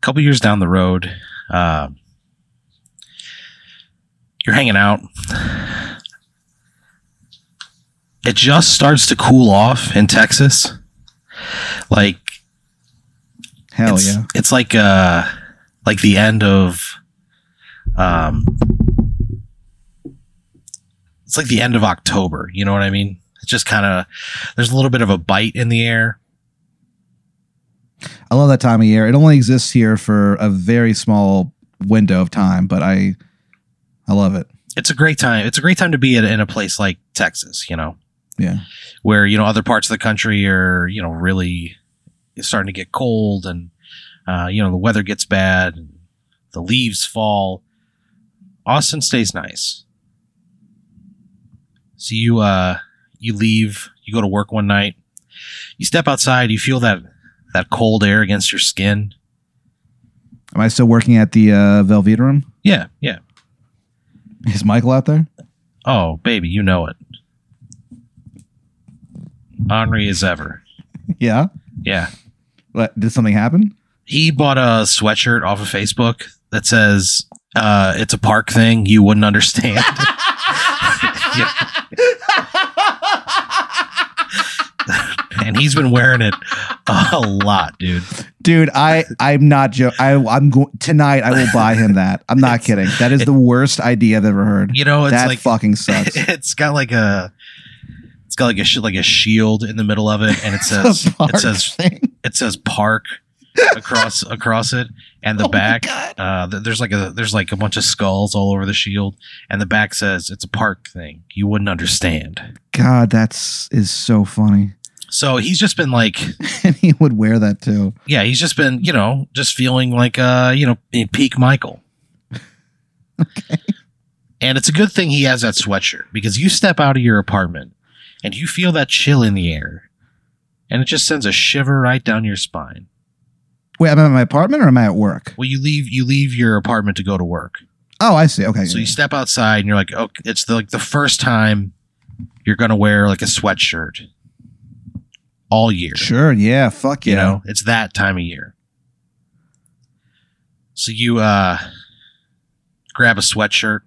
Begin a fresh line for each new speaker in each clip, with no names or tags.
couple years down the road, uh, you're hanging out. It just starts to cool off in Texas. Like
Hell
it's,
yeah.
It's like uh like the end of um it's like the end of October, you know what I mean? It's just kind of there's a little bit of a bite in the air.
I love that time of year. It only exists here for a very small window of time, but I I love it.
It's a great time. It's a great time to be in, in a place like Texas, you know,
Yeah.
where you know other parts of the country are, you know, really starting to get cold and uh, you know, the weather gets bad and the leaves fall. Austin stays nice. So you uh you leave, you go to work one night, you step outside, you feel that that cold air against your skin.
Am I still working at the uh, Velveeta room?
Yeah, yeah.
Is Michael out there?
Oh, baby, you know it. Henri as ever.
Yeah.
Yeah.
What, did something happen?
He bought a sweatshirt off of Facebook that says, uh, it's a park thing. You wouldn't understand. Yeah. and he's been wearing it a lot, dude.
Dude, I I'm not joking. I'm going tonight. I will buy him that. I'm not kidding. That is the worst idea I've ever heard.
You know, it's
That
like
fucking sucks.
it's got like a it's got like a sh- like a shield in the middle of it, and it says
The bark
it says
thing.
it says park across across it, and the
Oh my
back
God.
uh, th- there's like a there's like a bunch of skulls all over the shield, and the back says it's a park thing. You wouldn't understand.
God, that's is so funny.
So he's just been like,
and he would wear that too.
yeah, he's just been you know just feeling like uh you know in peak Michael. And it's a good thing he has that sweatshirt because you step out of your apartment and you feel that chill in the air, and it just sends a shiver right down your spine.
Wait, am I at my apartment or am I at work?
Well, you leave you leave your apartment to go to work.
Oh, I see. Okay.
So you step outside and you're like, okay, it's the, like the first time you're gonna wear like a sweatshirt all year.
sure. Yeah. Fuck yeah.
You know, it's that time of year. So you uh, grab a sweatshirt.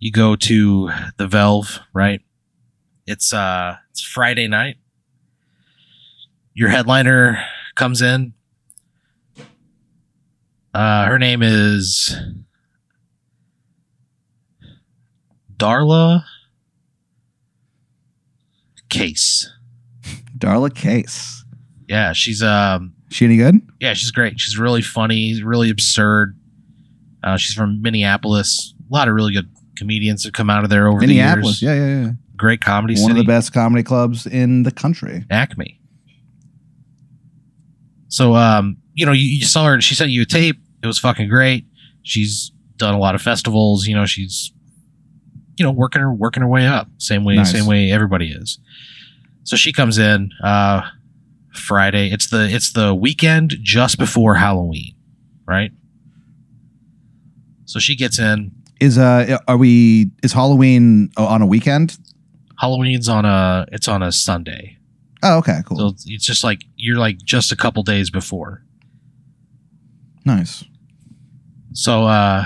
You go to the Velve, right? It's uh, it's Friday night. Your headliner comes in. Uh, her name is Darla Case.
Darla Case.
Yeah, she's um
She any good?
yeah, she's great. She's really funny, really absurd. Uh, she's from Minneapolis. A lot of really good comedians have come out of there over
Minneapolis.
the years.
Yeah, yeah, yeah.
Great comedy
One of
city.
the best comedy clubs in the country.
Acme. So um, you know, you, you saw her and she sent you a tape. It was fucking great. She's done a lot of festivals, you know, she's you know, working her working her way up. Same way
Nice.
same way everybody is. So she comes in uh Friday. It's the it's the weekend just before Halloween, right? So she gets in.
Is uh are we is Halloween o- on a weekend?
Halloween's on a it's on a Sunday.
Oh, okay, cool.
So it's- it's just like you're like just a couple days before.
nice.
So uh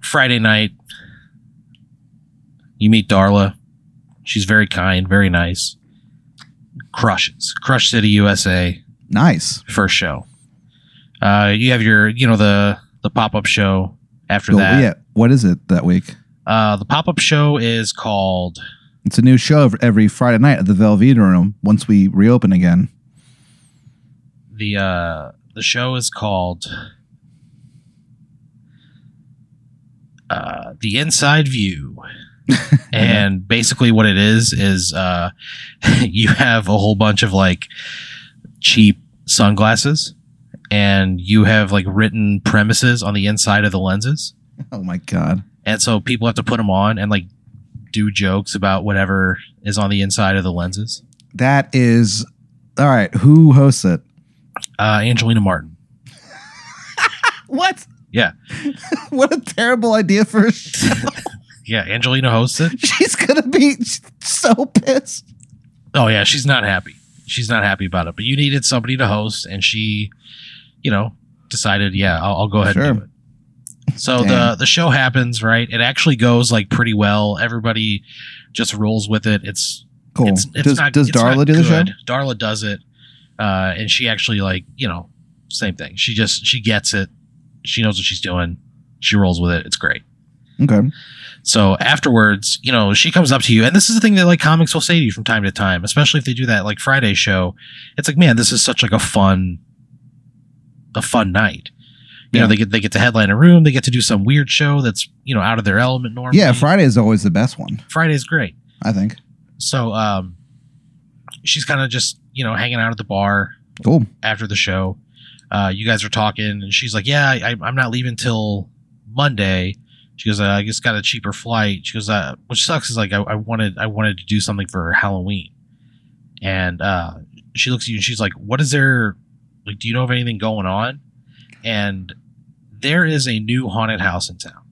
Friday night you meet Darla. She's very kind, very nice. Crushes. Crush City USA
Nice.
first show. Uh you have your, you know, the the pop-up show after
Cool.
that.
Oh, Yeah. What is it that week?
Uh the pop-up show is called
It's a new show ev- every Friday night at the Velveeta Room once we reopen again.
the uh the show is called uh, the inside view and basically what it is is uh, you have a whole bunch of like cheap sunglasses and you have like written premises on the inside of the lenses
Oh my god.
and so people have to put them on and like do jokes about whatever is on the inside of the lenses
That is all right. Who hosts it?
uh, angelina martin
What?
Yeah.
what a terrible idea for a show.
yeah angelina hosts it
She's gonna be so pissed.
Oh yeah, she's not happy. she's not happy about it. But you needed somebody to host, and she, you know, decided, yeah, I'll, I'll go ahead
Sure.
and do it. So the
Damn.
the show happens, right? It actually goes like pretty well. Everybody just rolls with it. It's
Cool.
it's, it's
does
not,
does
it's
Darla
not
do the show?
good. Darla does it, uh, and she actually like you know same thing. She just she gets it. She knows what she's doing. She rolls with it. It's great.
Okay.
So afterwards, you know, she comes up to you, and this is the thing that like comics will say to you from time to time, especially if they do that like Friday show. It's like, man, this is such like a fun, a fun night. You
Yeah.
know, they get they get to headline a room, they get to do some weird show that's you know out of their element normally.
Yeah, Friday is always the best one,
Friday's great.
I think.
So um, she's kind of just you know hanging out at the bar
Cool.
after the show. Uh, you guys are talking, and she's like, "Yeah, I, I'm not leaving till Monday." She goes, uh, "I just got a cheaper flight." She goes, uh, "Which sucks is like I, I wanted I wanted to do something for Halloween," and uh, she looks at you and she's like, "What is there? Like, do you know of anything going on?" And there is a new haunted house in town,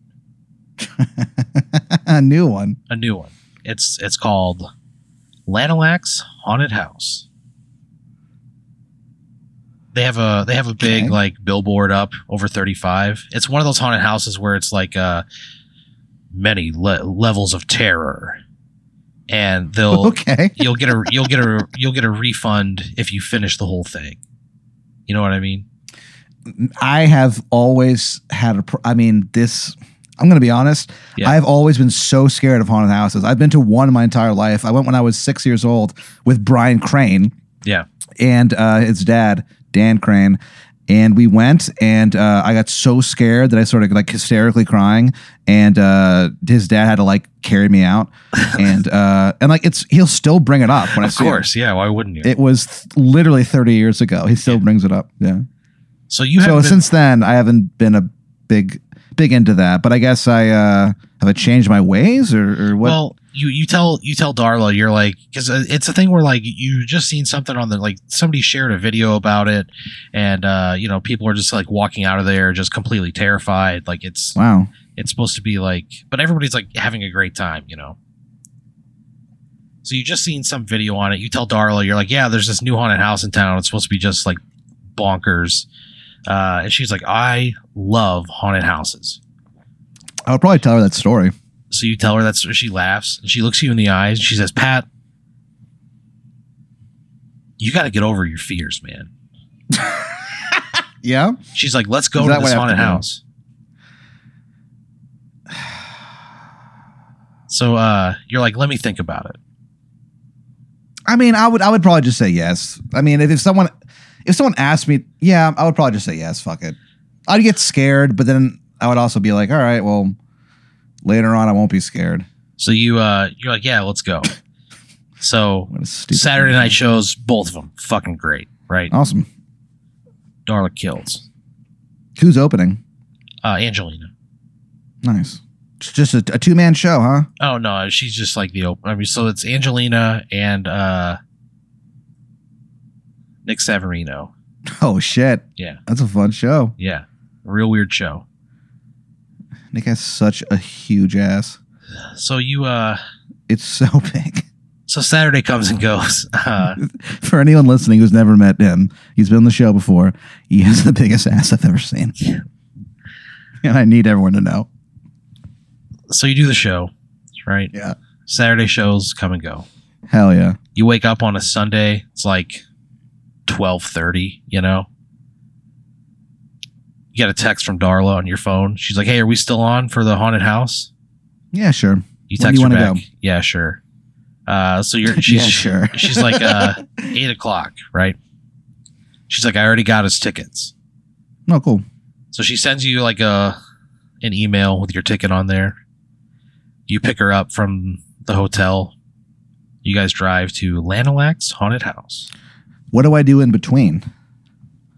A new one.
a new one. It's it's called Lanalax Haunted House. They have a they have a big
Okay.
like billboard up over 35. It's one of those haunted houses where it's like uh many le- levels of terror. And they'll
Okay.
you'll get a you'll get a you'll get a refund if you finish the whole thing. You know what I mean?
I have always had a. Pr- I mean, this. I'm going to be honest.
Yeah.
I've always been so scared of haunted houses. I've been to one my entire life. I went when I was six years old with Brian Crane.
Yeah.
And uh, his dad, Dan Crane. And we went, and uh, I got so scared that I started like hysterically crying. And uh, his dad had to like carry me out. and uh, and like it's he'll still bring it up when I
Of
see him.
course, yeah. Why wouldn't you?
It was th- literally 30 years ago. He still
Yeah.
brings it up. Yeah
so you have
so
been,
since then i haven't been a big big into that but i guess i uh have i changed my ways or, or what
Well, you you tell you tell Darla you're like because it's a thing where like you just seen something on the like somebody shared a video about it, and uh, you know people are just like walking out of there just completely terrified. Like it's
wow
it's supposed to be like, but everybody's like having a great time, you know. So you just seen some video on it. You tell Darla you're like, yeah, there's this new haunted house in town. It's supposed to be just like bonkers, uh, and she's like, I love haunted houses.
i'll probably tell her that story
So you tell her that's she laughs and she looks you in the eyes and she says, Pat, you got to get over your fears, man.
yeah
She's like, let's go
Is
to
that
this
what I
haunted
have to do?
house. So uh, you're like, let me think about it.
i mean i would i would probably just say yes i mean if, if someone if someone asked me yeah i would probably just say yes fuck it i'd get scared but then i would also be like all right well later on i won't be scared
So you uh, you're like, yeah, let's go. So
what a stupid
Saturday night shows, both of them, fucking great, right?
awesome
Darla kills
who's opening
uh, Angelina.
nice It's just a, a two-man show huh
Oh no, she's just like the open. I mean, so it's Angelina and uh, Nick Severino.
oh shit
Yeah.
that's a fun show
Yeah. Real weird show.
Nick has such a huge ass.
So you uh
It's so big.
so Saturday comes and goes. Uh
For anyone listening who's never met him, he's been on the show before. He has the biggest ass I've ever seen. And I need everyone to know.
so you do the show, right?
Yeah.
Saturday shows come and go.
Hell yeah.
You wake up on a Sunday, it's like twelve thirty, you know. You get a text from Darla on your phone. She's like, Hey, are we still on for the haunted house?
Yeah, sure.
You
When do
text
you
her
wanna
back.
go?
Yeah, sure. Uh so you're she's
yeah, sure.
she's like uh eight o'clock, right? She's like, I already got his tickets.
No, cool.
So she sends you like a an email with your ticket on there. You pick her up from the hotel. You guys drive to Lanalax Haunted House.
What do I do in between?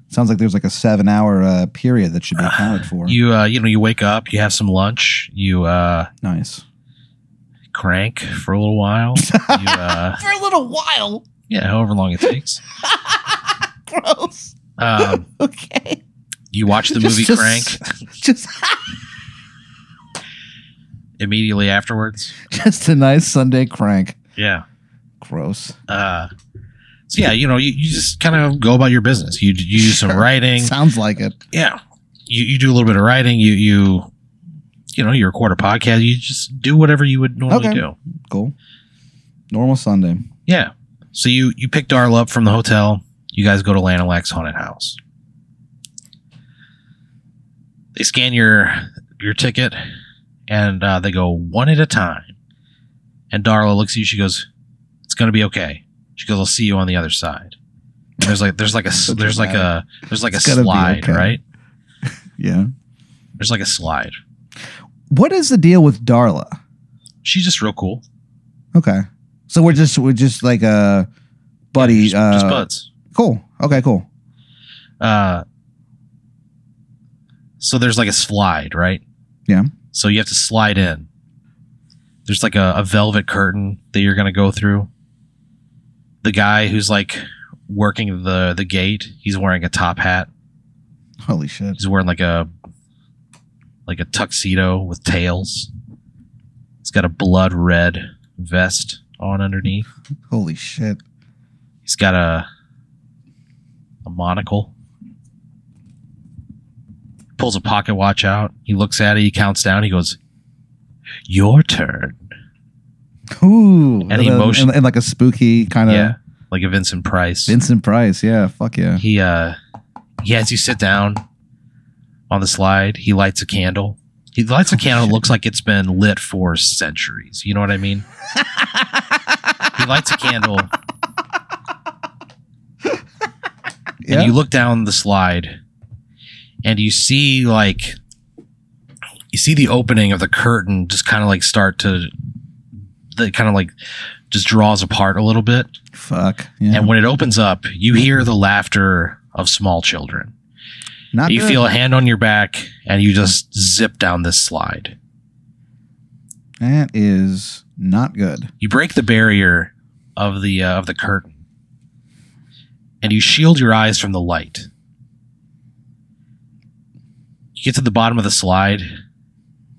Sounds like there's like a seven hour uh, period that should be accounted for.
You uh, you know you wake up, you have some lunch, you uh,
nice.
crank for a little while. you, uh,
For a little while.
yeah, however long it takes.
Gross.
Um,
Okay.
you watch the
Just-
movie
just-
Crank
Just
immediately afterwards.
just a nice Sunday crank.
Yeah.
Gross.
Uh, So yeah, you know, you, you just kind of go about your business. You you do some writing.
Sounds like it.
Yeah, you you do a little bit of writing. You you you know, you record a podcast. You just do whatever you would normally
Okay.
do.
Cool. Normal Sunday.
Yeah. So you you pick Darl up from the hotel. You guys go to Lanalax Haunted House. They scan your your ticket, and uh, they go one at a time. And Darla looks at you. She goes, "It's gonna be okay." She goes, "I'll see you on the other side." And there's like there's like a s-
So
there's like a there's like a
It's gonna be
slide
okay.
right.
Yeah.
There's like a slide.
What is the deal with Darla?
She's just real cool.
Okay. So we're just we're just like a buddy.
just, just
uh,
buds.
Cool. Okay. Cool.
Uh, so there's like a slide, right?
Yeah.
So you have to slide in. There's like a, a velvet curtain that you're gonna go through. The guy who's like working the the gate, he's wearing a top hat.
Holy shit.
He's wearing like a like a tuxedo with tails. He's got a blood red vest on underneath.
Holy shit.
He's got a a monocle. Pulls a pocket watch out. He looks at it. He counts down. He goes, "Your turn."
Ooh.
And he
uh,
motioned-
and, and like a spooky kind of
yeah, like a Vincent Price.
Vincent Price. Yeah. Fuck yeah.
He uh, he has you sit down on the slide. He lights a candle. He lights a candle. that looks like it's been lit for centuries. You know what I mean? he lights a candle.
Yeah.
and you look down the slide and you see like you see the opening of the curtain just kind of like start to that kind of like just draws apart a little bit
Fuck. Yeah.
and when it opens up you hear the laughter of small children
Not
you
good.
feel a hand on your back and you just zip down this slide
that is not good.
you break the barrier of the uh, of the curtain and you shield your eyes from the light you get to the bottom of the slide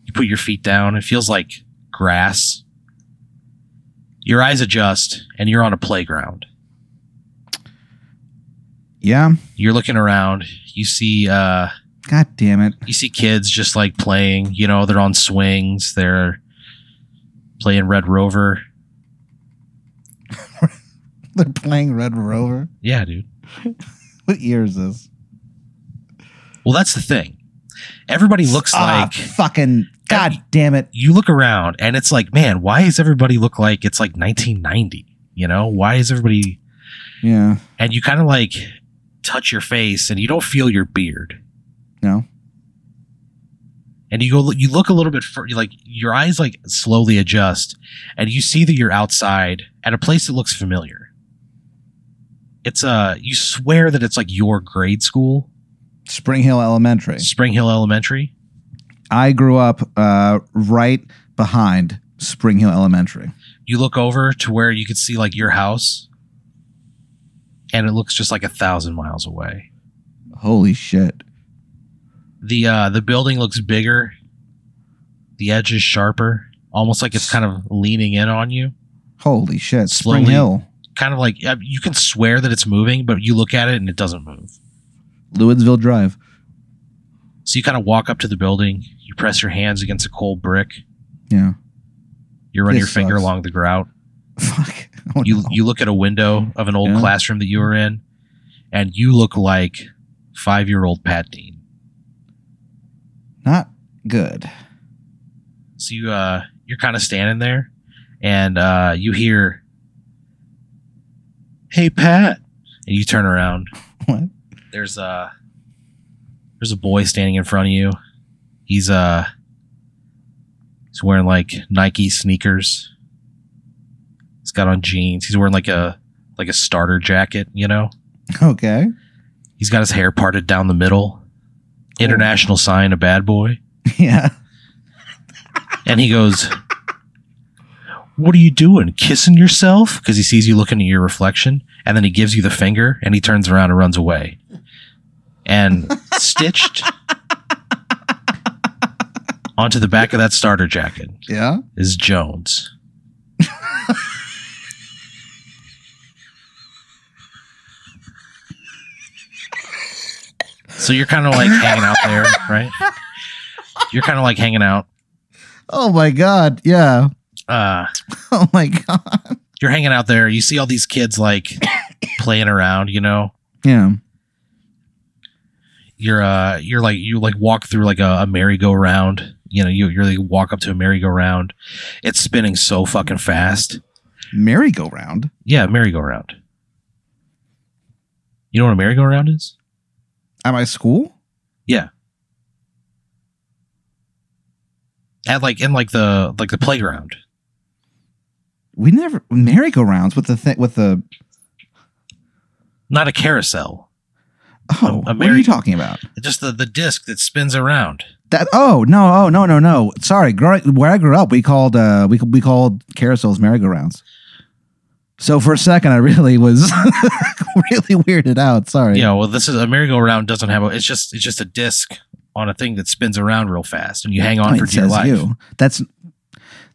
you put your feet down it feels like grass your eyes adjust and you're on a playground
Yeah.
you're looking around you see uh
God damn it.
you see kids just like playing you know they're on swings they're playing red rover
They're playing Red Rover.
yeah dude
What year is this?
Well, that's the thing. Everybody looks
Ah,
like
fucking god damn it.
you look around and it's like, man, why does everybody look like it's like 1990? You know, why is everybody?
Yeah.
And you kind of like touch your face and you don't feel your beard.
No.
And you go, you look a little bit fur- like your eyes like slowly adjust and you see that you're outside at a place that looks familiar. It's uh, you swear that it's like your grade school,
Spring Hill Elementary.
Spring Hill Elementary.
I grew up uh, right behind Spring Hill Elementary.
you look over to where you could see like your house and it looks just like a thousand miles away
Holy shit.
the uh the building looks bigger the edge is sharper almost like it's kind of leaning in on you
Holy shit. Spring
Slowly.
Hill.
kind of like uh, you can swear that it's moving but you look at it and it doesn't move
Louisville Drive.
so you kind of walk up to the building you press your hands against a cold brick
Yeah.
you run
This
your finger
sucks.
along the grout
Fuck. Oh,
you
no.
you look at a window of an old
Yeah.
classroom that you were in and you look like 5 year old Pat Dean
Not good.
So you uh you're kind of standing there and uh you hear Hey Pat and you turn around.
What?
There's uh there's a boy standing in front of you. He's uh he's wearing like Nike sneakers. He's got on jeans. He's wearing like a like a starter jacket, you know?
Okay.
He's got his hair parted down the middle. International sign, a bad boy.
Yeah.
And he goes, What are you doing? Kissing yourself? Because he sees you looking at your reflection. And then he gives you the finger and he turns around and runs away. And stitched onto the back of that starter jacket
Yeah.
is Jones. So you're kind of like hanging out there, right? You're kind of like hanging out.
Oh my god. Yeah.
Uh,
Oh my god.
you're hanging out there. You see all these kids like playing around. You know,
Yeah.
you're uh, you're like you like walk through like a, a merry-go-round. You know, you you like walk up to a merry-go-round. It's spinning so fucking fast.
Merry-go-round.
Yeah, merry-go-round. You know what a merry-go-round is?
At my school?
At like in like the like the playground.
We never merry-go-rounds with the thing with the
Not a carousel.
oh.
A- a
what are
merry-
you talking about?
just the the disc that spins around.
That oh no oh no no no sorry growing, where I grew up we called uh we we called carousels merry-go-rounds. So for a second I really was really weirded out. Sorry.
You know, well, this is a merry-go-round doesn't have a. It's just it's just a disc on a thing that spins around real fast, and you hang on
It
for dear
says
life.
you. That's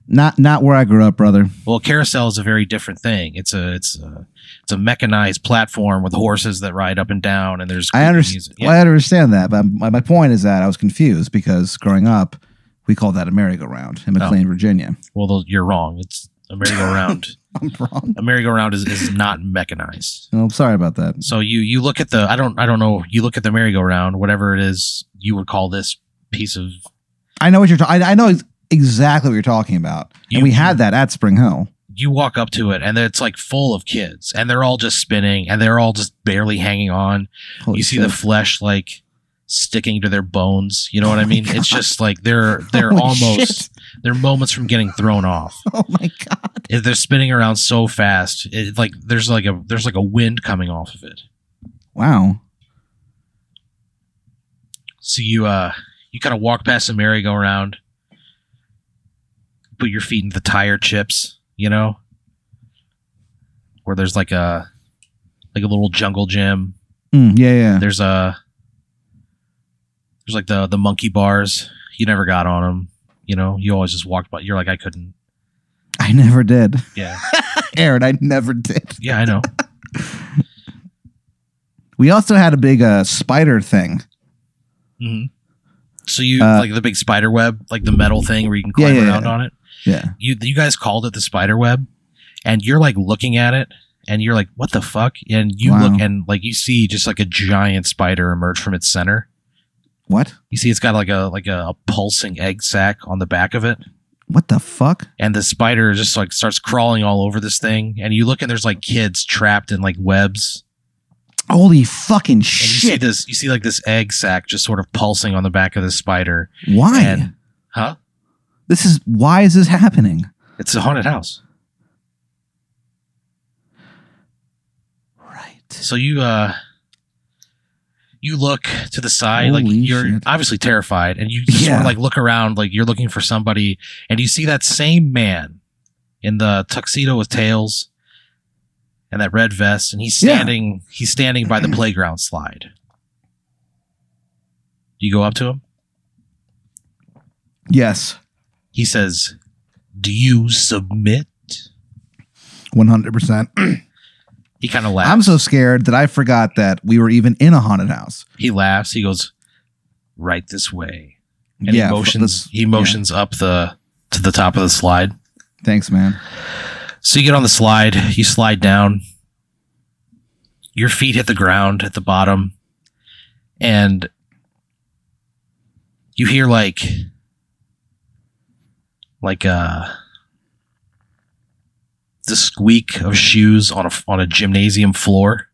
not not where I grew up, brother.
Well, carousel is a very different thing. It's a it's a it's a mechanized platform with horses that ride up and down, and there's
I
music.
understand.
Yeah.
Well, I understand that, but my, my point is that I was confused because growing up, we called that a merry-go-round
Oh.
in McLean, Virginia.
Well, though, you're wrong. It's a merry-go-round.
I'm wrong.
a merry-go-round is, is not mechanized.
No, I'm sorry about that.
So you you look at the I don't I don't know you look at the merry-go-round whatever it is you would call this piece of
I know what you're talking. I know ex- exactly what you're talking about.
You-
and we had that at Spring Hill.
you walk up to it and it's like full of kids and they're all just spinning and they're all just barely hanging on.
Holy
you see
shit.
the flesh like sticking to their bones. You know what I mean? It's just like they're they're
Oh Holy
almost
shit.
they're moments from getting thrown off.
Oh my god!
If they're spinning around so fast. It, like there's like a there's like a wind coming off of it.
Wow.
So you uh you kind of walk past the merry-go-round, put your feet in the tire chips, you know, where there's like a like a little jungle gym
Mm, yeah, yeah.
There's a there's like the the monkey bars. You never got on them. You know, you always just walked by. You're like, I couldn't.
I never did,
Yeah,
Aaron. I never did.
yeah, I know.
We also had a big uh, spider thing.
hmm So you
Uh,
like the big spider web, like the metal thing where you can
Yeah,
climb
yeah,
around
yeah.
on it.
Yeah.
You you guys called it the spider web, and you're like looking at it, and you're like, what the fuck? And you
Wow.
look and like you see just like a giant spider emerge from its center.
What?
You see, it's got like a like a, a pulsing egg sac on the back of it.
What the fuck?
and the spider just like starts crawling all over this thing and you look and there's like kids trapped in like webs
Holy fucking
and you see
shit!
this you see like this egg sac just sort of pulsing on the back of the spider
Why?
and huh
this is why is this happening?
it's a haunted house
Right.
so you uh you look to the side like
Holy
you're
shit.
obviously terrified and you just sort
Yeah.
of like look around like you're looking for somebody and you see that same man in the tuxedo with tails and that red vest and he's
Yeah.
standing he's standing by the playground slide you go up to him
Yes,
he says do you submit
one hundred percent.
he kind of laughs
I'm so scared that I forgot that we were even in a haunted house.
he laughs he goes right this way and
yeah.
he
f-
motions
this-
he motions up the to the top of the slide
Thanks, man.
So you get on the slide, you slide down, your feet hit the ground at the bottom, and you hear like like uh the squeak of shoes on a on a gymnasium floor.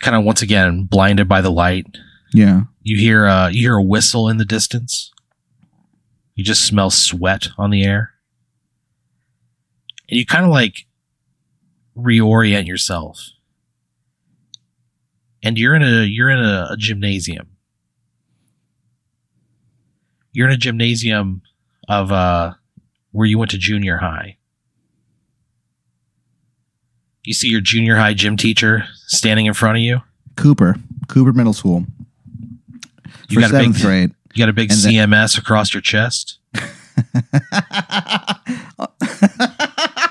Kind of once again blinded by the light.
Yeah.
You hear uh you hear a whistle in the distance. You just smell sweat on the air. And you kind of like reorient yourself. And you're in a you're in a, a gymnasium. You're in a gymnasium of uh where you went to junior high. You see your junior high gym teacher standing in front of you.
Cooper, Cooper Middle School.
You
for
got a big
seventh grade.
You got a big
And the-
CMS across your chest.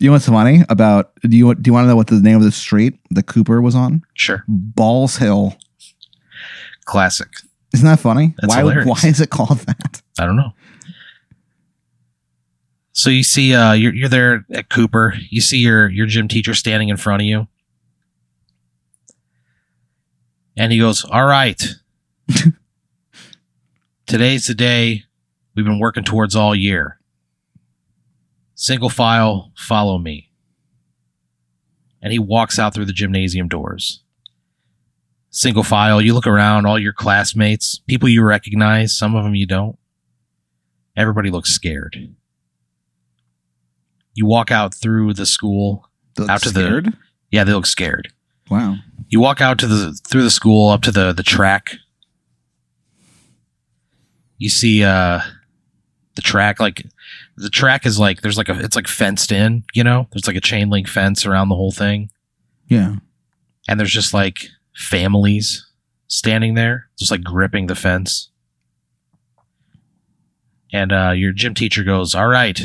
You know what's funny about? Do you do you want to know what the name of the street that Cooper was on?
Sure.
Balls Hill.
Classic.
Isn't that funny?
That's
why
hilarious.
why is it called that?
I don't know. So you see, uh, you're you're there at Cooper. You see your your gym teacher standing in front of you, and he goes, "All right, today's the day we've been working towards all year. Single file, follow me." And he walks out through the gymnasium doors. Single file, you look around, all your classmates, people you recognize, some of them you don't. Everybody looks scared. You walk out through the school. Out to the-
Scared?
Yeah, they look scared.
Wow.
You walk out to the through the school up to the the track. You see uh the track like the track is like there's like a it's like fenced in, you know? There's like a chain link fence around the whole thing
Yeah.
and there's just like families standing there, just like gripping the fence. And uh, your gym teacher goes, "All right,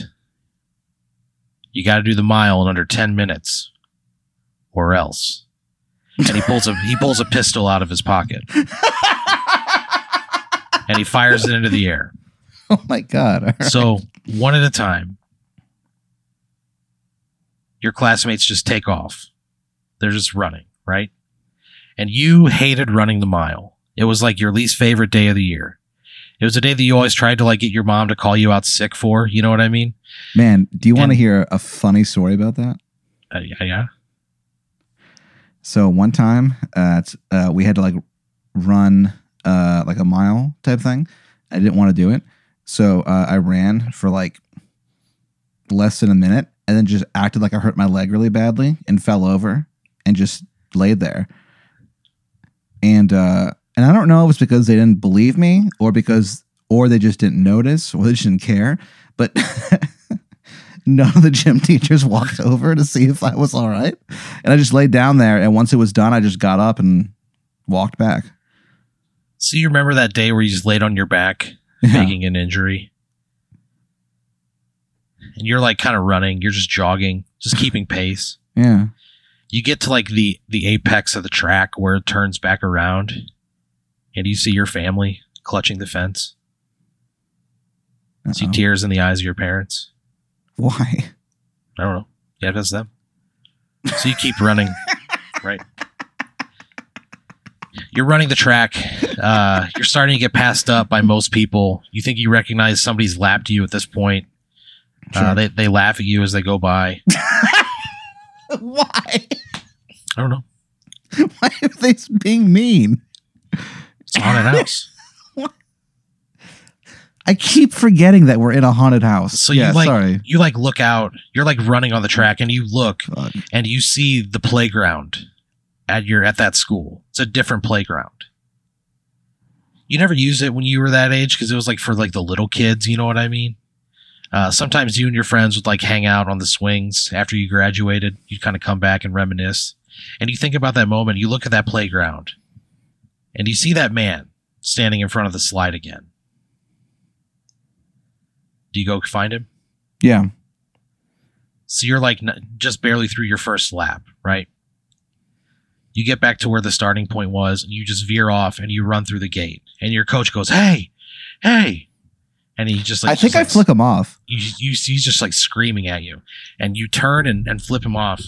you got to do the mile in under ten minutes, or else." And he pulls a he pulls a pistol out of his pocket and he fires it into the air.
oh my god. All right.
So one at a time, your classmates just take off. They're just running, right? And you hated running the mile. It was like your least favorite day of the year. It was a day that you always tried to like get your mom to call you out sick for. You know what I mean?
Man, do you want to
And-
hear a funny story about that?
Uh, yeah, yeah.
So one time, uh, it's, uh, we had to like run uh, like a mile type thing. I didn't want to do it, so uh, I ran for like less than a minute, and then just acted like I hurt my leg really badly and fell over and just laid there. And uh, and I don't know if it's because they didn't believe me or because or they just didn't notice or they just didn't care, but. None of the gym teachers walked over to see if I was all right. And I just laid down there. And once it was done, I just got up and walked back.
So you remember that day where you just laid on your back
Yeah.
faking an injury. And you're like kind of running, you're just jogging, just keeping pace.
Yeah.
you get to like the the apex of the track where it turns back around and you see your family clutching the fence see
Uh-oh.
tears in the eyes of your parents
Why?
i don't know yeah that's them so you keep running right you're running the track uh, you're starting to get passed up by most people you think you recognize somebody's lapped you at this point uh,
Sure.
they, they laugh at you as they go by
Why?
i don't know
Why are they being mean?
it's a haunted house
I keep forgetting that we're in a haunted house.
So you,
yeah,
like-
sorry.
you like look out you're like running on the track and you look
Fuck.
and you see the playground at your at that school. It's a different playground. You never used it when you were that age because it was like for like the little kids. You know what I mean? Uh, sometimes you and your friends would like hang out on the swings after you graduated. You'd kind of come back and reminisce, and you think about that moment. You look at that playground, and you see that man standing in front of the slide again. Do you go find him?
Yeah.
So you're like n- just barely through your first lap, right? You get back to where the starting point was and you just veer off and you run through the gate. And your coach goes, Hey, hey. And he just like,
I think
just,
I
like,
flick them off.
You, you, he's just like screaming at you. And you turn and, and flip him off.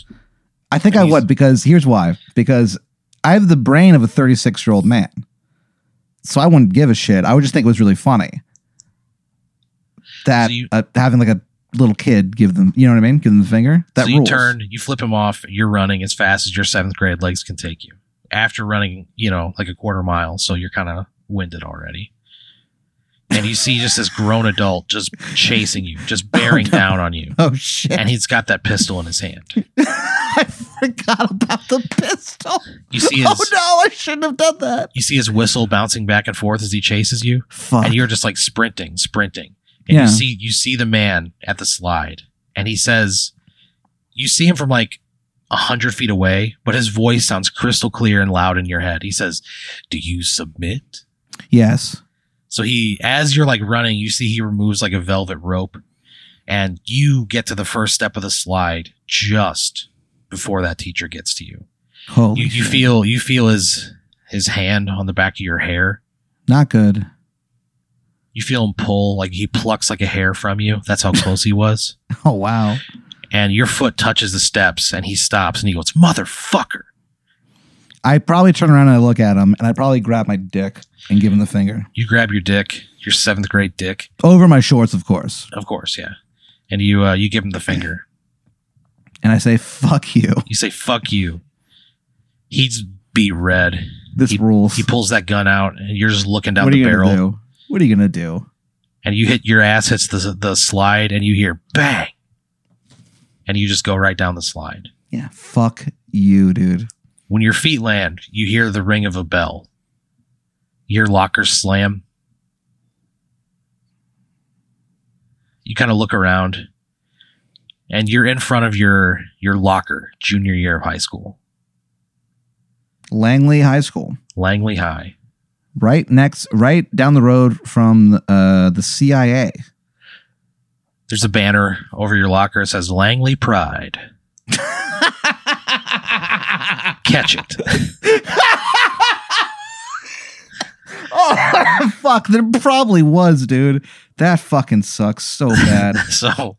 I think
And
I
he's-
would because here's why. Because I have the brain of a 36 year old man. So I wouldn't give a shit. I would just think it was really funny that
So you-
uh, having like a little kid give them, you know what I mean? Give them the finger. That
so you
rules.
turn, you flip him off, you're running as fast as your seventh grade legs can take you. After running, you know, like a quarter mile, so you're kind of winded already. And you see just this grown adult just chasing you, just bearing
Oh, no.
down on you.
Oh shit!
and he's got that pistol in his hand.
I forgot about the pistol.
You see his
Oh no! I shouldn't have done that.
you see his whistle bouncing back and forth as he chases you,
Fuck.
and you're just like sprinting, sprinting. And
Yeah.
you see you see the man at the slide, and he says, you see him from like a hundred feet away, but his voice sounds crystal clear and loud in your head. He says, "Do you submit?"
yes.
So he, as you're like running, you see he removes like a velvet rope and you get to the first step of the slide just before that teacher gets to you.
Holy
You, you
shit.
feel you feel his his hand on the back of your hair.
not good.
You feel him pull like he plucks like a hair from you. That's how close he was.
Oh wow.
And your foot touches the steps, and he stops, and he goes, "Motherfucker!"
I probably turn around and I look at him, and I probably grab my dick and give him the finger
You grab your dick, your seventh grade dick,
over my shorts, of course,
of course, yeah. And you uh, you give him the finger.
and I say, "Fuck you.
You say "fuck you." He's beat red.
This rules."
He pulls that gun out, and you're just looking down
what are
the
you
barrel.
gonna do? What are you gonna do?
and you hit your ass hits the the slide and you hear bang and you just go right down the slide
Yeah, fuck you, dude.
when your feet land you hear the ring of a bell your locker slam you kind of look around and you're in front of your your locker junior year of high school
Langley High School,
langley high
right next, right down the road from uh, the CIA.
there's a banner over your locker that says langley pride catch it
oh fuck! There probably was, dude. That fucking sucks so bad.
so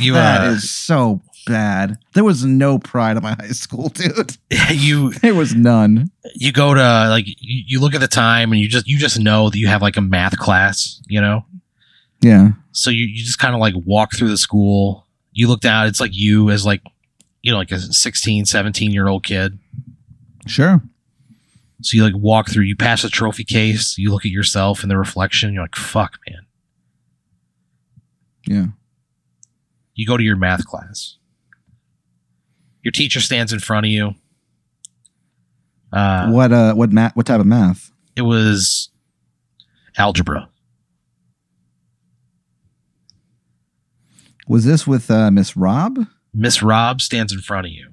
you
That
uh,
is so bad. There was no pride at my high school, dude.
you
There was none.
you go to like you, you look at the time and you just you just know that you have like a math class you know
Yeah.
so you, you just kind of like walk through the school you look down it's like you as like you know like a 16 17 year old kid
Sure.
so you like walk through you pass the trophy case you look at yourself in the reflection you're like fuck man
Yeah.
you go to your math class your teacher stands in front of you uh,
what uh what math what type of math?
it was algebra
Was this with uh Miss Rob?
miss rob stands in front of you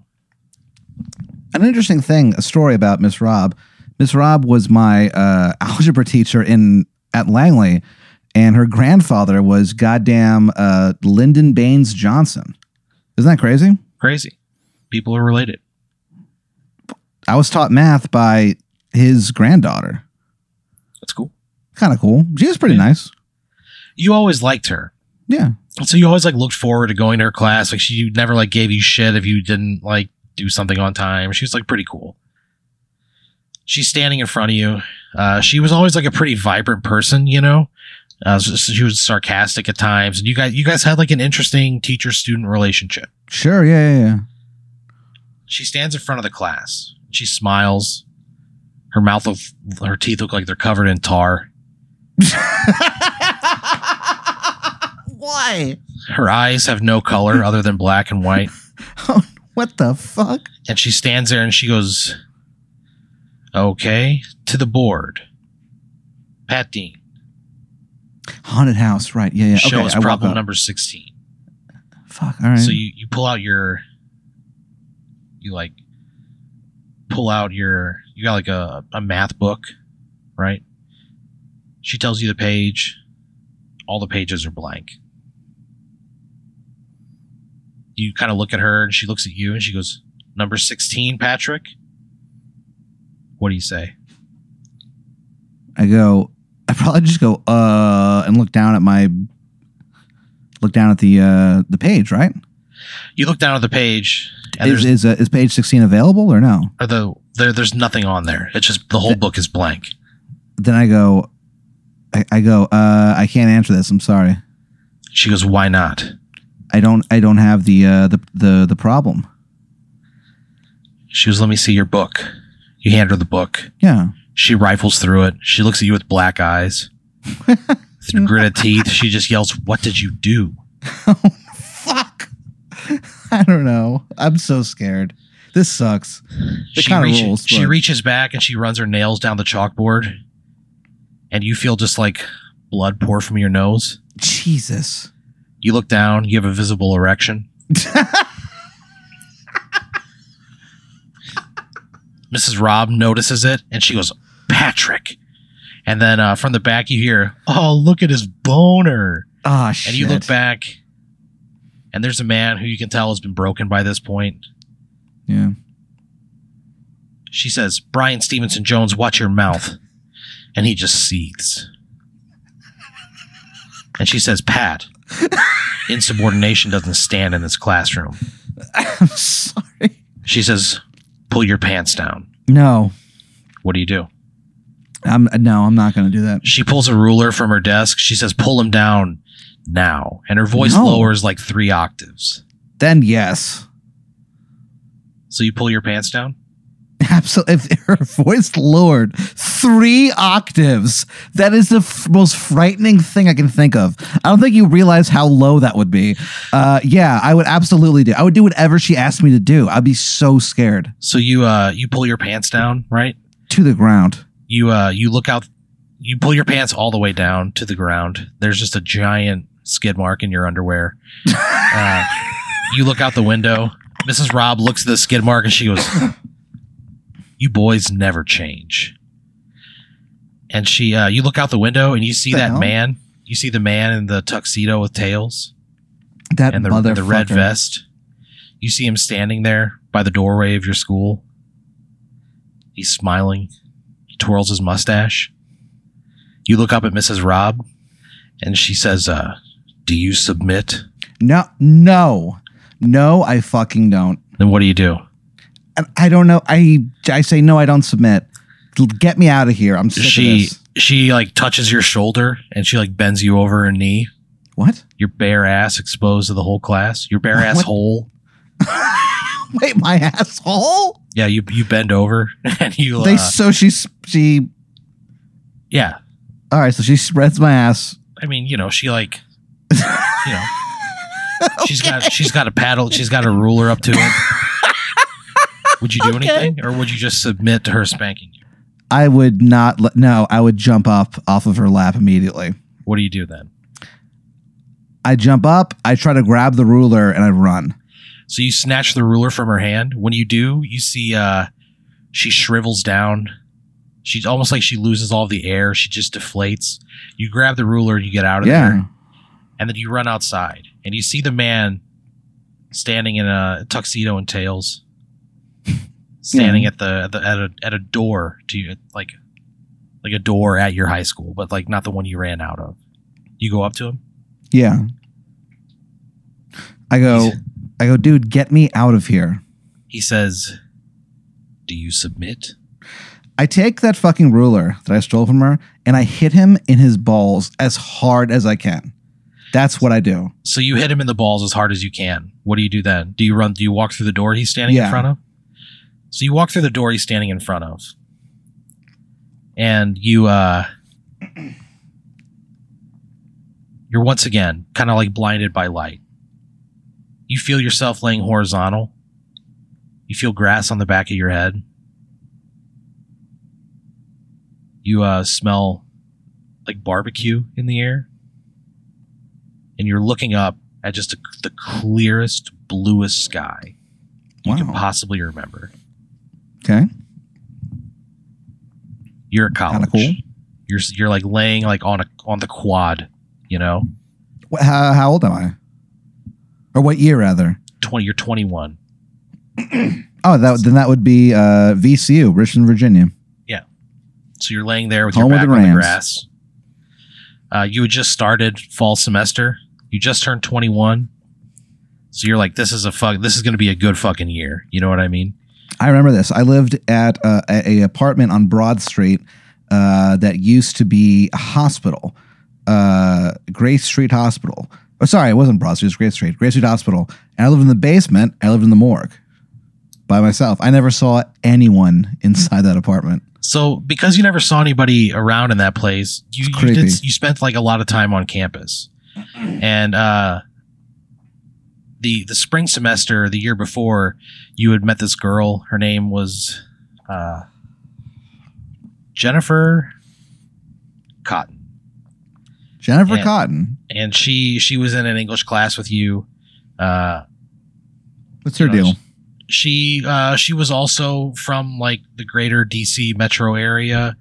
An interesting thing, a story about Miss Rob. Miss Rob was my uh algebra teacher in at Langley, and her grandfather was goddamn uh Lyndon Baines Johnson. Isn't that crazy?
crazy people are related
I was taught math by his granddaughter.
That's cool.
Kind of cool. She was pretty
Yeah.
nice.
You always liked her.
Yeah.
So you always like looked forward to going to her class. Like she never like gave you shit if you didn't like do something on time. She was like pretty cool. She's standing in front of you. Uh, she was always like a pretty vibrant person, you know. Uh, so- so she was sarcastic at times, and you guys you guys had like an interesting teacher student relationship.
Sure, yeah, yeah, yeah.
She stands in front of the class. She smiles. Her mouth of her teeth look like they're covered in tar.
Why?
Her eyes have no color other than black and white.
What the fuck?
and she stands there and she goes, "Okay, to the board." Pat Dean,
Haunted house, right? Yeah, yeah. Okay,
show us
I walk
problem
up.
number sixteen.
Fuck. All right.
So you you pull out your, you like, pull out your you got like a a math book, right? She tells you the page. All the pages are blank. You kind of look at her and she looks at you and she goes, "Number sixteen, Patrick." What do you say?
I go. I probably just go uh and look down at my look down at the uh the page. Right?
you look down at the page and
Is
there's
is, uh, is page sixteen available or no?
or the there, there's nothing on there. It's just the whole
Th-
book is blank.
Then I go. I, I go. Uh, I can't answer this. I'm sorry.
She goes, "Why not?"
I don't. I don't have the uh the the the problem.
She goes, "Let me see your book." You hand her the book.
Yeah.
She rifles through it. She looks at you with black eyes, through gritted teeth. She just yells, "What did you do?"
Fuck. I don't know. I'm so scared. This sucks. It
She
kinda
reaches,
rules,
she
but-
reaches back and she runs her nails down the chalkboard, and you feel just like blood pour from your nose.
Jesus.
You look down. You have a visible erection. Mrs. Rob notices it and she goes, Patrick. And then uh, from the back, you hear, Oh, look at his boner.
Ah, shit.
And you look back and there's a man who you can tell has been broken by this point.
Yeah.
She says, Brian Stevenson Jones, watch your mouth. And he just seethes. And she says, Pat, insubordination doesn't stand in this classroom.
I'm sorry.
She says, pull your pants down.
No.
What do you do?
I'm no, I'm not gonna do that.
She pulls a ruler from her desk. She says, pull them down now. And her voice
No.
lowers like three octaves.
Then yes.
So you pull your pants down?
Absolutely. If her voice lowered three octaves, that is the f- most frightening thing I can think of. I don't think you realize how low that would be. Uh, yeah, I would absolutely do. I would do whatever she asked me to do. I'd be so scared
So you uh you pull your pants down, right?
to the ground.
you uh you look out you pull your pants all the way down to the ground there's just a giant skid mark in your underwear uh, you look out the window mrs robb looks at the skid mark and she goes you boys never change and she uh you look out the window and you see
The
that
hell?
man you see the man in the tuxedo with tails
That
and the,
motherfucker.
the red vest you see him standing there by the doorway of your school he's smiling he twirls his mustache you look up at mrs robb and she says uh, do you submit
No, no, no. I fucking don't.
then what do you do
And I don't know. I I say no. I don't submit. L- Get me out of here. I'm sick of
she
this.
she like touches your shoulder and she like bends you over her knee
What?
your bare ass exposed to the whole class your bare
What?
ass hole
Wait, my asshole.
yeah you you bend over and you
They
uh,
so she s- she.
yeah
All right, so she spreads my ass.
i mean you know she like you know She's got she's got a paddle. She's got a ruler up to it. would you do
Okay.
anything, or would you just submit to her spanking you?
I would not. Let, no, I would jump up off of her lap immediately.
What do you do then?
I jump up. I try to grab the ruler and I run.
So you snatch the ruler from her hand. When you do, you see uh, she shrivels down. She's almost like she loses all the air. She just deflates. You grab the ruler and you get out of there,
Yeah,
and then you run outside and you see the man standing in a tuxedo and tails, standing at the at the at a, at a door to you, like like a door at your high school, but like not the one you ran out of. You go up to him.
yeah. I go.
He's-
I go, dude. Get me out of here.
He says, "Do you submit?"
I take that fucking ruler that I stole from her and I hit him in his balls as hard as I can. That's what I do.
So you hit him in the balls as hard as you can. What do you do then? Do you run? Do you walk through the door he's standing
Yeah.
in front of? So you walk through the door he's standing in front of, and you uh, you're once again kind of like blinded by light. You feel yourself laying horizontal. You feel grass on the back of your head. You uh, smell like barbecue in the air and you're looking up at just a, the clearest, bluest sky you can
Wow.
possibly remember.
Okay.
You're at college.
cool.
You're s- you're like laying like on a on the quad, you know.
Wh- How, how old am I? Or what year rather?
Twenty. You're 21.
Oh, that then that would be uh, VCU, Richmond, Virginia.
So you're laying there with
Home
your back
of the
on the
Rams.
grass. Uh, you had just started fall semester. You just turned 21. So you're like, this is a fuck. This is going to be a good fucking year. You know what I mean?
I remember this. I lived at uh, a, a apartment on Broad Street uh, that used to be a hospital, uh, Grace Street Hospital. Oh, sorry, it wasn't Broad Street. It was Grace Street, Grace Street Hospital. And I lived in the basement. I lived in the morgue by myself. I never saw anyone inside that apartment.
So because you never saw anybody around in that place, you
It's
you,
creepy.
did, you spent like a lot of time on campus, and uh, the the spring semester the year before, you had met this girl. Her name was uh, Jennifer Cotton
Jennifer
Yeah.
Cotton.
and she she was in an English class with you. Uh,
What's her
You know,
deal?
she uh, she was also from like the greater DC metro area.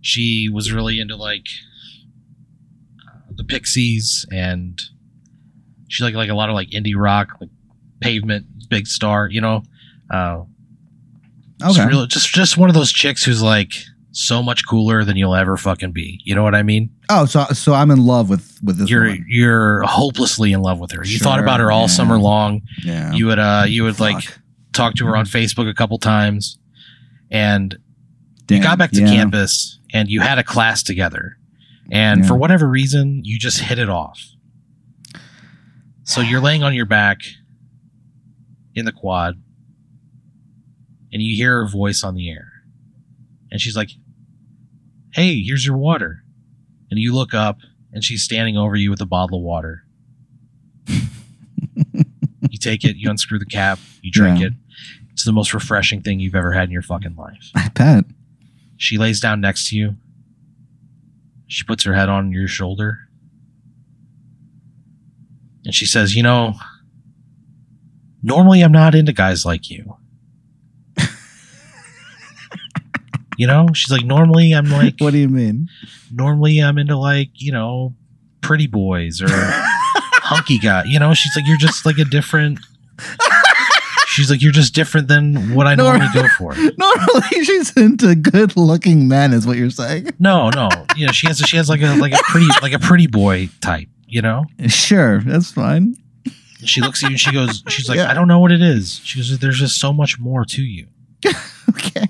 She was really into like uh, the Pixies and She's like like a lot of like indie rock, like pavement, big star, you know. Uh,
Okay.
just, real, just just one of those chicks who's like so much cooler than you'll ever fucking be. You know what I mean?
oh, so so I'm in love with with this.
you're
woman.
you're hopelessly in love with her. You thought
Sure,
about her all
yeah.
summer long.
Yeah.
You would uh you would like
Oh, Fuck.
talk to her on Facebook a couple times, and
Damn.
you got back to
Yeah.
campus and you had a class together and
Yeah.
for whatever reason you just hit it off so you're laying on your back in the quad and you hear her voice on the air and she's like hey here's your water and you look up and she's standing over you with a bottle of water you take it you unscrew the cap you drink
Yeah.
it it's the most refreshing thing you've ever had in your fucking life
I bet.
she lays down next to you. She puts her head on your shoulder. And she says, You know, normally I'm not into guys like you. you know, she's like, Normally I'm like,
What do you mean?
normally I'm into like, you know, pretty boys or hunky guy. You know, she's like, You're just like a different. She's like, You're just different than what I
Nor-
normally go for.
Normally, she's into good-looking men, is what you're saying.
No, no. You know, she has she has like a like a pretty like a pretty boy type, you know?
Sure, that's fine.
She looks at you and she goes, She's like,
Yeah.
I don't know what it is. She goes, There's just so much more to you.
Okay,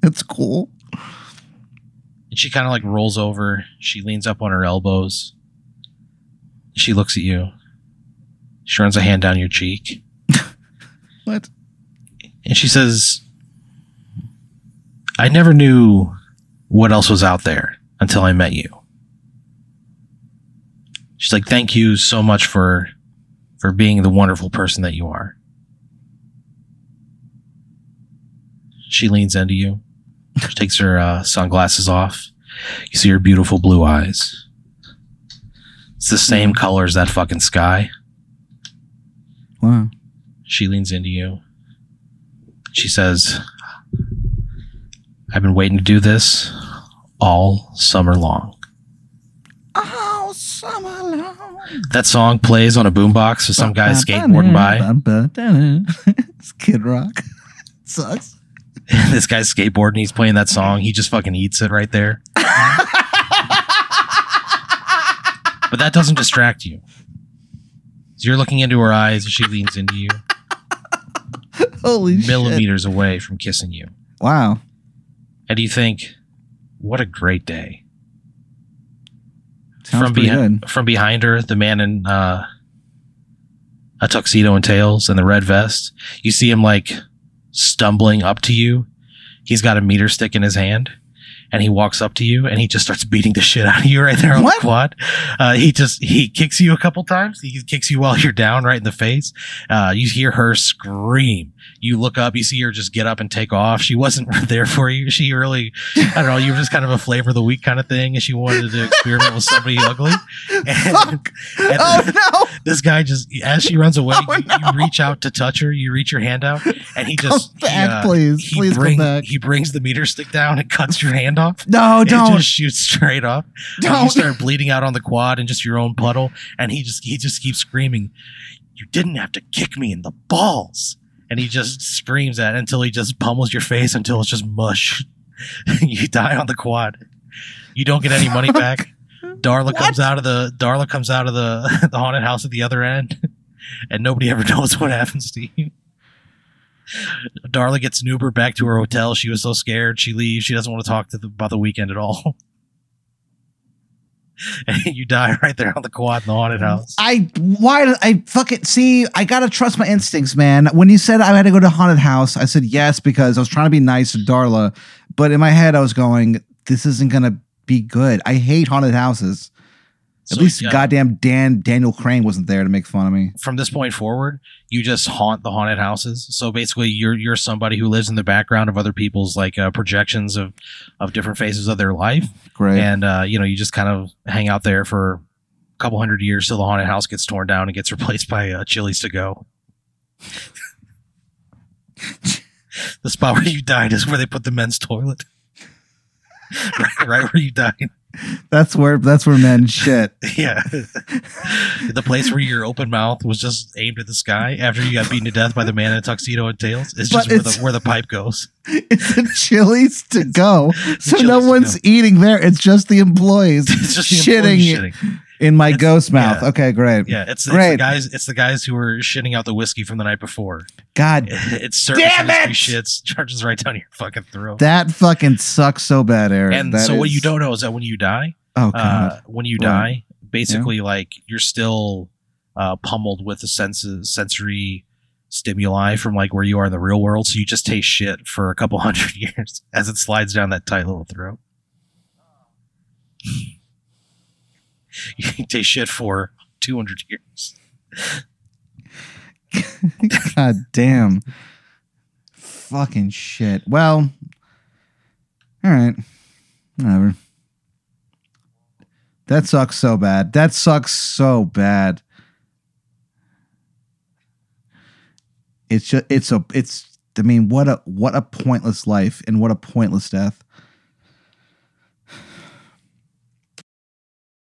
that's cool.
And she kind of like rolls over, she leans up on her elbows, she looks at you. She runs a hand down your cheek.
What?
And she says, I never knew what else was out there until I met you. She's like, thank you so much for, for being the wonderful person that you are. She leans into you. She takes her uh, sunglasses off. You see her beautiful blue eyes. It's the same color as that fucking sky.
Wow.
She leans into you. She says, I've been waiting to do this all summer long.
Oh, summer long.
That song plays on a boombox with some guy skateboarding by.
by. it's Kid Rock. sucks.
this guy's skateboarding. He's playing that song. He just fucking eats it right there. But that doesn't distract you. So you're looking into her eyes and she leans into you
Holy shit.
millimeters away from kissing you.
Wow.
And you think, what a great day.
Sounds
from
pretty
behind
good.
from behind her, the man in uh, a tuxedo and tails and the red vest. You see him like stumbling up to you. He's got a meter stick in his hand, and he walks up to you and he just starts beating the shit out of you right there on
What?
the quad. Uh, he just he kicks you a couple times. He kicks you while you're down, right in the face. Uh, you hear her scream. You look up. You see her just get up and take off. She wasn't there for you. She really, I don't know. You were just kind of a flavor of the week kind of thing, and she wanted to experiment with somebody ugly. And-
Fuck.
and
Oh,
this guy just as she runs away,
Oh,
you, you reach out to touch her, you reach your hand out, and he
no.
just
come back,
he, uh,
please.
he
Please
bring-
come back.
He brings the meter stick down and cuts your hand off.
No,
It
don't.
just shoots straight up. And you
don't.
start bleeding out on the quad and just your own puddle, and he just he just keeps screaming, "You didn't have to kick me in the balls!" And he just screams that until he just pummels your face until it's just mush. you die on the quad. You don't get any money back. Darla comes out of the Darla comes out of the, the haunted house at the other end, and nobody ever knows what happens to you. Darla gets an Uber back to her hotel. She was so scared. She leaves. She doesn't want to talk to the, about the weekend at all. and you die right there on the quad in the haunted house.
I why did I fuck it? See, I gotta trust my instincts, man. When you said I had to go to haunted house, I said yes because I was trying to be nice to Darla, but in my head I was going, this isn't gonna be good. I hate haunted houses. At
So,
least
yeah,
goddamn Dan Daniel Crane wasn't there to make fun of me.
from this point forward, you just haunt the haunted houses. So basically, you're you're somebody who lives in the background of other people's like uh, projections of of different phases of their life.
Great.
and uh, you know you just kind of hang out there for a couple hundred years till the haunted house gets torn down and gets replaced by uh, Chili's to go. the spot where you died is where they put the men's toilet. right, right where you died.
That's where that's where men shit.
Yeah. the place where your open mouth was just aimed at the sky after you got beaten to death by the man in a tuxedo and tails. It's just
But
where,
it's-
the, where the pipe goes.
It's a Chili's to go, so no
Chili's to
one's eating there. It's just the employees
It's just the
shitting,
employees shitting.
in my
It's-
ghost mouth.
yeah.
Okay, great.
Yeah, it's, it's
Great.
the guys. It's the guys who were shitting out the whiskey from the night before.
God,
It's service
Damn
industry
it!
shits charges right down your fucking throat.
that fucking sucks so bad, Eric.
and
That
so what
is-
you don't know is that when you die,
Oh god,
uh, when you
Right.
die, basically like you're still uh, pummeled with the senses, sensory stimuli from like where you are in the real world. So you just taste shit for a couple hundred years as it slides down that tight little throat. you taste shit for 200 years. uh,
god damn, fucking shit. Well, all right, whatever. That sucks so bad. That sucks so bad. It's just it's a it's. I mean, what a what a pointless life and what a pointless death.